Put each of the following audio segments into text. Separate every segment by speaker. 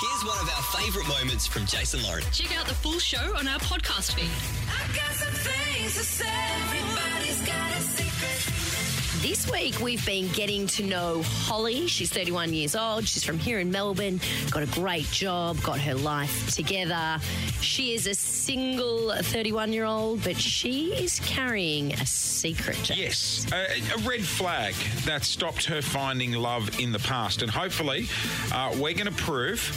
Speaker 1: Here's one of our favourite moments from Jason Lauren.
Speaker 2: Check out the full show on our podcast feed.
Speaker 3: This week, we've been getting to know Holly. She's 31 years old. She's from here in Melbourne, got a great job, got her life together. She is a single 31 year old, but she is carrying a secret.
Speaker 4: Yes, a, a red flag that stopped her finding love in the past. And hopefully, uh, we're going to prove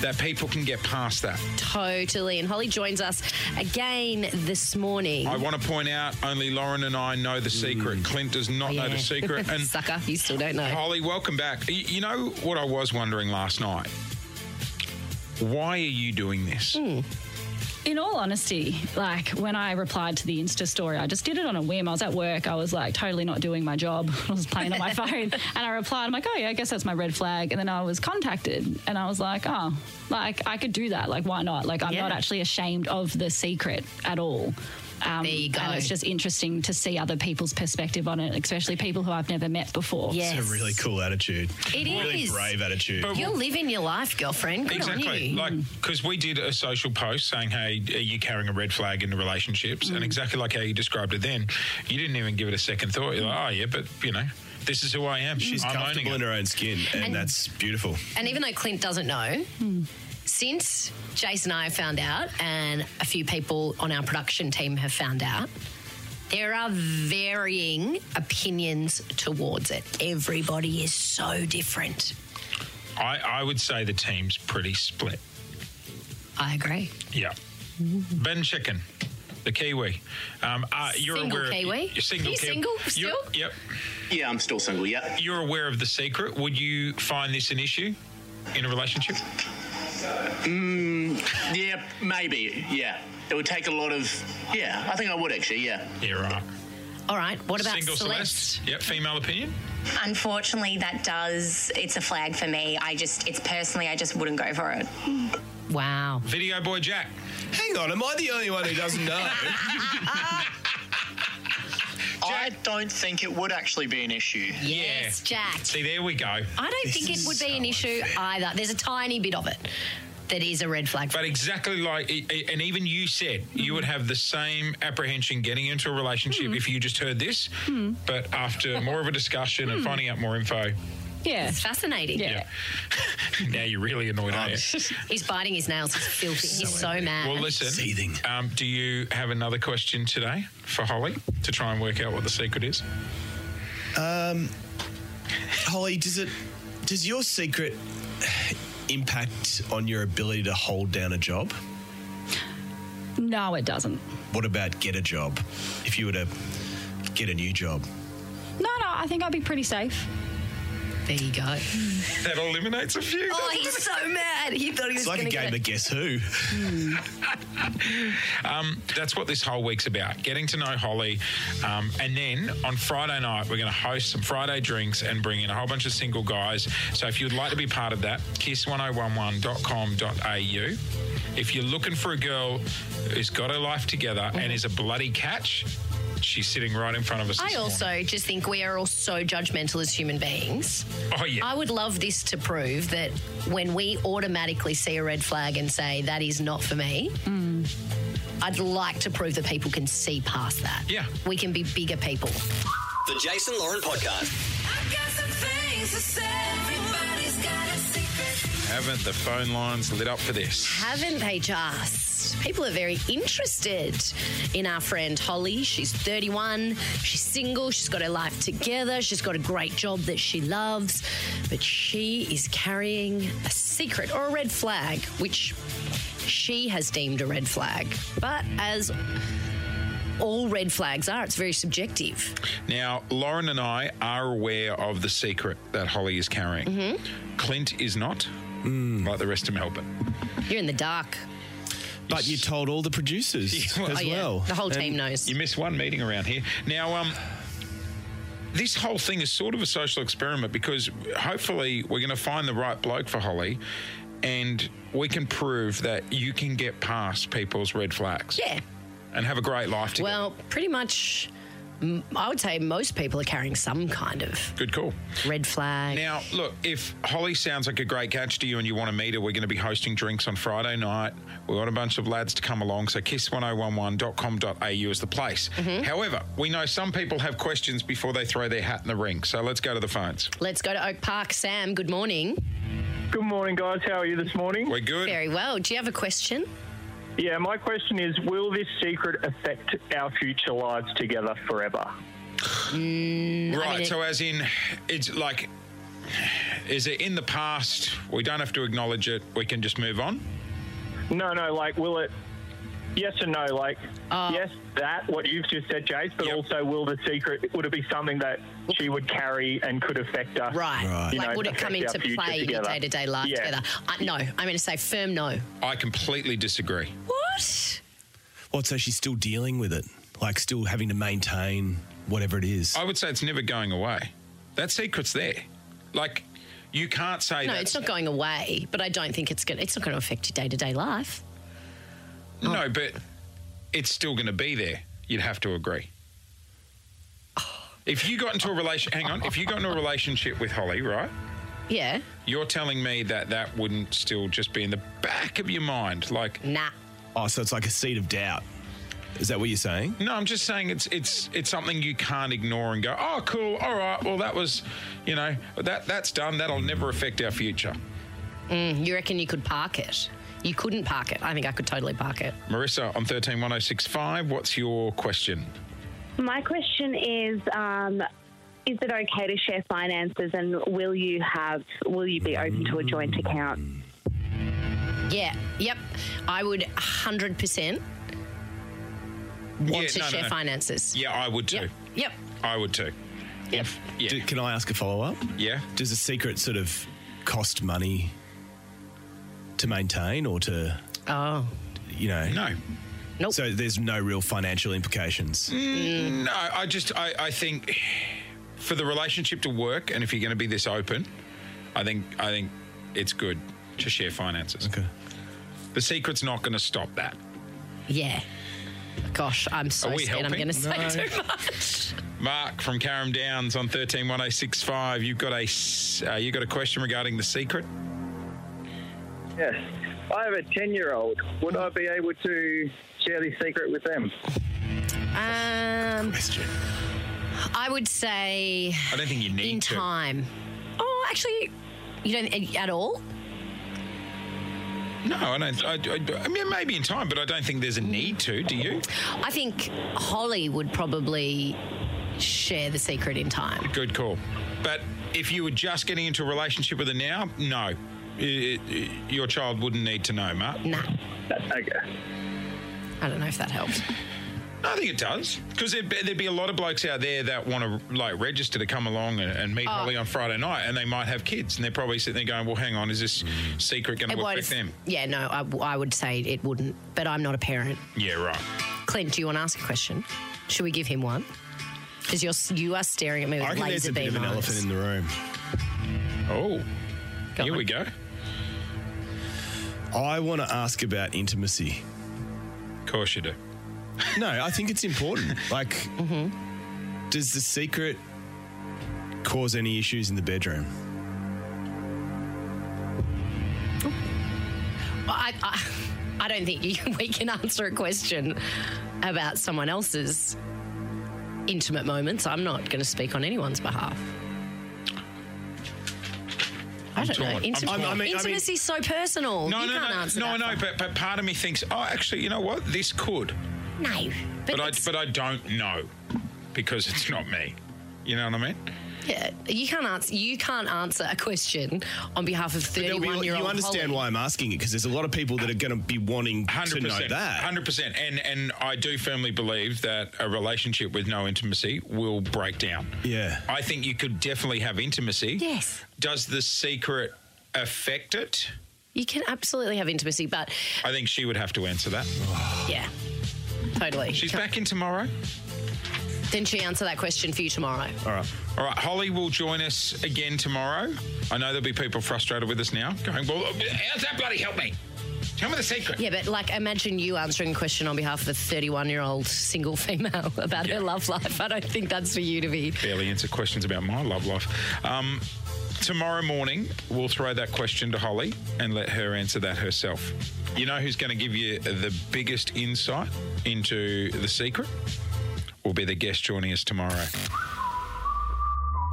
Speaker 4: that people can get past that.
Speaker 3: Totally. And Holly joins us again this morning.
Speaker 4: I want to point out only Lauren and I know the secret. Clint does not know
Speaker 3: Oh, Yeah.
Speaker 4: the secret. And Oh,
Speaker 3: Sucker, you still don't know.
Speaker 4: Holly, welcome back. Y- You know what I was wondering last night? Why are you doing this?
Speaker 5: in all honesty, like when I replied to the Insta story, I just did it on a whim. I was at work. I was like totally not doing my job. I was playing on my phone. And I replied, I'm like, oh, yeah, I guess that's my red flag. And then I was contacted and I was like, oh, like I could do that. Like, why not? Like, I'm
Speaker 3: Yeah.
Speaker 5: not actually ashamed of the secret at all. Um,
Speaker 3: There you go.
Speaker 5: And it's just interesting to see other people's perspective on it, especially people who I've never met before.
Speaker 3: Yes.
Speaker 6: It's a really cool attitude.
Speaker 3: It
Speaker 6: really
Speaker 3: is.
Speaker 6: brave attitude.
Speaker 4: But-
Speaker 3: You're living your life, girlfriend. Good on
Speaker 4: Exactly.
Speaker 3: you.
Speaker 4: Like, because we did a social post saying, hey, are you carrying a red flag in the relationships?
Speaker 3: Mm.
Speaker 4: And exactly like how you described it then, you didn't even give it a second thought. You're like, oh, yeah, but, you know, this is who I am.
Speaker 6: She's
Speaker 4: I'm owning
Speaker 6: comfortable
Speaker 4: it."
Speaker 6: in her own skin, and, that's beautiful.
Speaker 3: And even though Clint doesn't know, since Jason and I have found out, and a few people on our production team have found out, there are varying opinions towards it. Everybody is so different.
Speaker 4: I, I would say the team's pretty split.
Speaker 3: I agree.
Speaker 4: Yeah.
Speaker 3: Mm-hmm.
Speaker 4: Ben Chicken, the Kiwi. Um, uh, you're
Speaker 3: Single
Speaker 4: aware
Speaker 3: Kiwi?
Speaker 4: Of, you're single
Speaker 3: You
Speaker 4: Kiwi.
Speaker 3: single
Speaker 4: You're-
Speaker 3: still?
Speaker 4: Yep.
Speaker 7: Yeah, I'm still single. Yeah.
Speaker 4: You're aware of the secret. Would you find this an issue in a relationship?
Speaker 7: Yeah, maybe. Yeah. It would take a lot of. Yeah, I think I would actually. Yeah.
Speaker 4: Yeah, right.
Speaker 3: All right. What about
Speaker 4: single
Speaker 3: Celeste?
Speaker 4: Celeste? Yep, female opinion.
Speaker 8: Unfortunately, that does, it's a flag for me. I just, it's personally, I just wouldn't go for it.
Speaker 3: Wow.
Speaker 4: Video boy Jack.
Speaker 6: Hang on, am I the only one who doesn't know?
Speaker 7: I don't think it would actually be an issue.
Speaker 3: Yes, Jack.
Speaker 4: See, there we go.
Speaker 3: I don't
Speaker 6: This
Speaker 3: think it
Speaker 6: is
Speaker 3: would be
Speaker 6: so
Speaker 3: an issue
Speaker 6: unfair.
Speaker 3: either. There's a tiny bit of it that is a red flag.
Speaker 4: But exactly like, i- i- and even you said you would have the same apprehension getting into a relationship if you just heard this. But after more of a discussion and finding out more info,
Speaker 5: Yeah.
Speaker 3: it's fascinating.
Speaker 5: Yeah.
Speaker 4: now you're really annoyed, aren't you?
Speaker 3: He's biting his nails. He's filthy. He's so mad.
Speaker 4: Well, listen.
Speaker 6: Seething.
Speaker 4: Um, do you have another question today for Holly to try and work out what the secret is?
Speaker 6: Holly, does it? Does your secret impact on your ability to hold down a job?
Speaker 5: No, it doesn't.
Speaker 6: What about get a job? If you were to get a new job,
Speaker 5: No, no, I think I'd be pretty safe.
Speaker 3: there you go.
Speaker 4: That eliminates a few.
Speaker 3: Oh, he's so mad. He thought he was
Speaker 6: it's like a
Speaker 3: gonna
Speaker 6: game
Speaker 3: get
Speaker 6: of guess who.
Speaker 4: That's what this whole week's about getting to know Holly. Um, and then on Friday night, we're going to host some Friday drinks and bring in a whole bunch of single guys. So if you'd like to be part of that, kiss1011.com.au. If you're looking for a girl who's got her life together and is a bloody catch, she's sitting right in front of us.
Speaker 3: I
Speaker 4: this morning.
Speaker 3: also just think we are all so judgmental as human beings.
Speaker 4: Oh, yeah.
Speaker 3: I would love this to prove that when we automatically see a red flag and say, that is not for me, I'd like to prove that people can see past that.
Speaker 4: Yeah.
Speaker 3: We can be bigger people.
Speaker 1: The Jason Lauren Podcast.
Speaker 4: Haven't the phone lines lit up for this?
Speaker 3: Haven't they just? People are very interested in our friend Holly. She's 31, she's single, she's got her life together, she's got a great job that she loves, but she is carrying a secret or a red flag, which she has deemed a red flag. But as all red flags are, it's very subjective.
Speaker 4: Now, Lauren and I are aware of the secret that Holly is carrying.
Speaker 3: Mm-hmm.
Speaker 4: Clint is not, like the rest of Melbourne.
Speaker 3: You're in the dark.
Speaker 6: But you told all the producers as
Speaker 3: oh, yeah.
Speaker 6: well.
Speaker 3: The whole
Speaker 6: And
Speaker 3: team knows.
Speaker 4: You miss one meeting around here. Now, um, this whole thing is sort of a social experiment because hopefully we're going to find the right bloke for Holly and we can prove that you can get past people's red flags
Speaker 3: Yeah.
Speaker 4: and have a great life together.
Speaker 3: Well, pretty much m- I would say most people are carrying some kind of
Speaker 4: Good call.
Speaker 3: red flag.
Speaker 4: Now, look, if Holly sounds like a great catch to you and you want to meet her, we're going to be hosting drinks on Friday night. We want a bunch of lads to come along, so kiss1011.com.au is the place. However, we know some people have questions before they throw their hat in the ring, so let's go to the phones.
Speaker 3: Let's go to Oak Park. Sam, good morning.
Speaker 9: Good morning, guys. How are you this morning?
Speaker 4: We're good.
Speaker 3: Very well. Do you have a question?
Speaker 9: Yeah, my question is Will this secret affect our future lives together forever?
Speaker 4: Right,
Speaker 3: mean, it-
Speaker 4: so as in, it's like, is it in the past? We don't have to acknowledge it, we can just move on?
Speaker 9: No, no, like, will it. Yes and no, like, yes, that, what you've just said, Jace, but
Speaker 4: Yep.
Speaker 9: also will the secret, would it be something that she would carry and could affect us?
Speaker 3: Right.
Speaker 6: Right.
Speaker 9: You
Speaker 3: Like,
Speaker 9: know,
Speaker 3: would it come
Speaker 9: affect our
Speaker 3: into
Speaker 9: future
Speaker 3: play in your
Speaker 9: together.
Speaker 3: day to day life
Speaker 9: Yeah.
Speaker 3: together? I, no, I'm going to say firm no.
Speaker 4: I completely disagree.
Speaker 3: What?
Speaker 6: What, so she's still dealing with it? Like, still having to maintain whatever it is?
Speaker 4: I would say it's never going away. That secret's there. Like, you can't say
Speaker 3: No,
Speaker 4: that.
Speaker 3: it's not going away, but I don't think it's going. to It's not going to affect your day to day life.
Speaker 4: No, but it's still going to be there. You'd have to agree. If you got into a relation, hang on. If you got into a relationship with Holly, right?
Speaker 3: Yeah.
Speaker 4: You're telling me that that wouldn't still just be in the back of your mind, like.
Speaker 3: Nah.
Speaker 6: oh, so it's like a seed of doubt. Is that what you're saying?
Speaker 4: No, I'm just saying it's it's it's something you can't ignore and go, oh, cool, all right, well that was, you know, that that's done. That'll never affect our future.
Speaker 3: Mm-hmm. You reckon you could park it? You couldn't park it. I think I could totally park it.
Speaker 4: Marissa on thirteen one zero six five. What's your question?
Speaker 10: My question is: um, Is it okay to share finances, and will you have? Will you be open to a joint account?
Speaker 3: Yeah. Yep. I would 100% want
Speaker 4: Yeah,
Speaker 3: to
Speaker 4: no, no,
Speaker 3: share
Speaker 4: no.
Speaker 3: finances.
Speaker 4: Yeah, I would too.
Speaker 3: Yep. Yep.
Speaker 4: I would too.
Speaker 3: Yep.
Speaker 4: Yeah.
Speaker 6: Do, can I ask a follow up?
Speaker 4: yeah.
Speaker 6: Does the secret sort of cost money to maintain or to,
Speaker 3: Oh.
Speaker 6: you know?
Speaker 4: No.
Speaker 3: Nope.
Speaker 6: So there's no real financial implications.
Speaker 4: Mm.
Speaker 3: Mm.
Speaker 4: No, I just I, I think for the relationship to work and if you're gonna be this open, I think I think it's good to share finances.
Speaker 6: Okay.
Speaker 4: The secret's not gonna stop that.
Speaker 3: yeah. Gosh, I'm so
Speaker 4: Are we
Speaker 3: scared. I'm
Speaker 4: helping?
Speaker 3: going to say too much.
Speaker 4: Mark from Caram Downs on thirteen one zero six five. You've got a s- uh, you got a question regarding the secret.
Speaker 11: Yes. I have a 10 year old. Would I be able to share this secret with them?
Speaker 3: Um,
Speaker 6: Question.
Speaker 3: I would say
Speaker 4: I don't think you need
Speaker 3: in
Speaker 4: to.
Speaker 3: time. Oh, actually, you don't at all.
Speaker 4: No, I don't. I, I, I mean, maybe in time, but I don't think there's a need to. Do you?
Speaker 3: I think Holly would probably share the secret in time.
Speaker 4: Good call. But if you were just getting into a relationship with her now, no, I- I- your child wouldn't need to know, Mark.
Speaker 3: Nah,
Speaker 11: Okay.
Speaker 3: I don't know if that helps.
Speaker 4: I think it does because there'd, be- there'd be a lot of blokes out there that want to like register to come along and, and
Speaker 3: Oh.
Speaker 4: meet Holly on Friday night, and they might have kids, and they're probably sitting there going, "Well, hang on, is this secret going to affect them?"
Speaker 3: Yeah, no, I, I would say it wouldn't, but I'm not a parent.
Speaker 4: Yeah, right.
Speaker 3: Clint, do you want to ask a question? Should we give him one? Because you're s- you are staring at me
Speaker 6: I
Speaker 3: with
Speaker 6: reckon there's
Speaker 3: laser
Speaker 6: a bit
Speaker 3: beam
Speaker 6: of an
Speaker 3: eyes.
Speaker 6: elephant in the room.
Speaker 4: Oh,
Speaker 3: Go
Speaker 4: here
Speaker 3: on.
Speaker 4: we go.
Speaker 6: I want to ask about intimacy.
Speaker 4: Of course you do.
Speaker 6: No, I think it's important. Like,
Speaker 3: Mm-hmm.
Speaker 6: does the secret cause any issues in the bedroom?
Speaker 3: I, I, I don't think you, we can answer a question about someone else's intimate moments. I'm not going to speak on anyone's behalf. I don't know.
Speaker 4: torn. I'm
Speaker 3: Intim-
Speaker 4: torn.
Speaker 6: I mean- I mean-
Speaker 3: Intimacy is so personal.
Speaker 4: No,
Speaker 3: you
Speaker 4: no,
Speaker 3: can't
Speaker 4: no,
Speaker 3: answer
Speaker 4: no,
Speaker 3: that.
Speaker 4: I know. But, but part of me thinks, oh, actually, you know what? This could,
Speaker 3: no. No. But,
Speaker 4: but, I
Speaker 3: it's-
Speaker 4: but I don't know because it's not me. You know what I mean?
Speaker 3: yeah, you can't answer. You can't answer a question on behalf of
Speaker 6: But there'll be-
Speaker 3: thirty-one year old.
Speaker 6: you understand why I'm asking it because there's a lot of people that are going to be wanting to
Speaker 4: Hundred
Speaker 6: know
Speaker 4: percent.
Speaker 6: that.
Speaker 4: Hundred percent. And and I do firmly believe that a relationship with no intimacy will break down.
Speaker 6: Yeah.
Speaker 4: I think you could definitely have intimacy.
Speaker 3: Yes.
Speaker 4: Does the secret affect it?
Speaker 3: You can absolutely have intimacy, but
Speaker 4: I think
Speaker 6: Oh.
Speaker 4: she would have to answer that.
Speaker 3: yeah, totally.
Speaker 4: She's
Speaker 3: Can't-
Speaker 4: back in tomorrow.
Speaker 3: Then she answer that question for you tomorrow.
Speaker 4: All right. All right. Holly will join us again tomorrow. I know there'll be people frustrated with us now going, well, how's that bloody help me? Tell me the secret.
Speaker 3: Yeah, but like, imagine you answering a question on behalf of a 31 year old single female about her love life. I don't think that's for you to be.
Speaker 4: Barely answer questions about my love life. Um, tomorrow morning, we'll throw that question to Holly and let her answer that herself. You know who's going to give you the biggest insight into the secret? Will be the guest joining us tomorrow.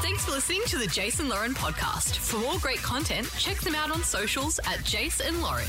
Speaker 2: Thanks for listening to the Jason Lauren podcast. For more great content, check them out on socials at Jason Lauren.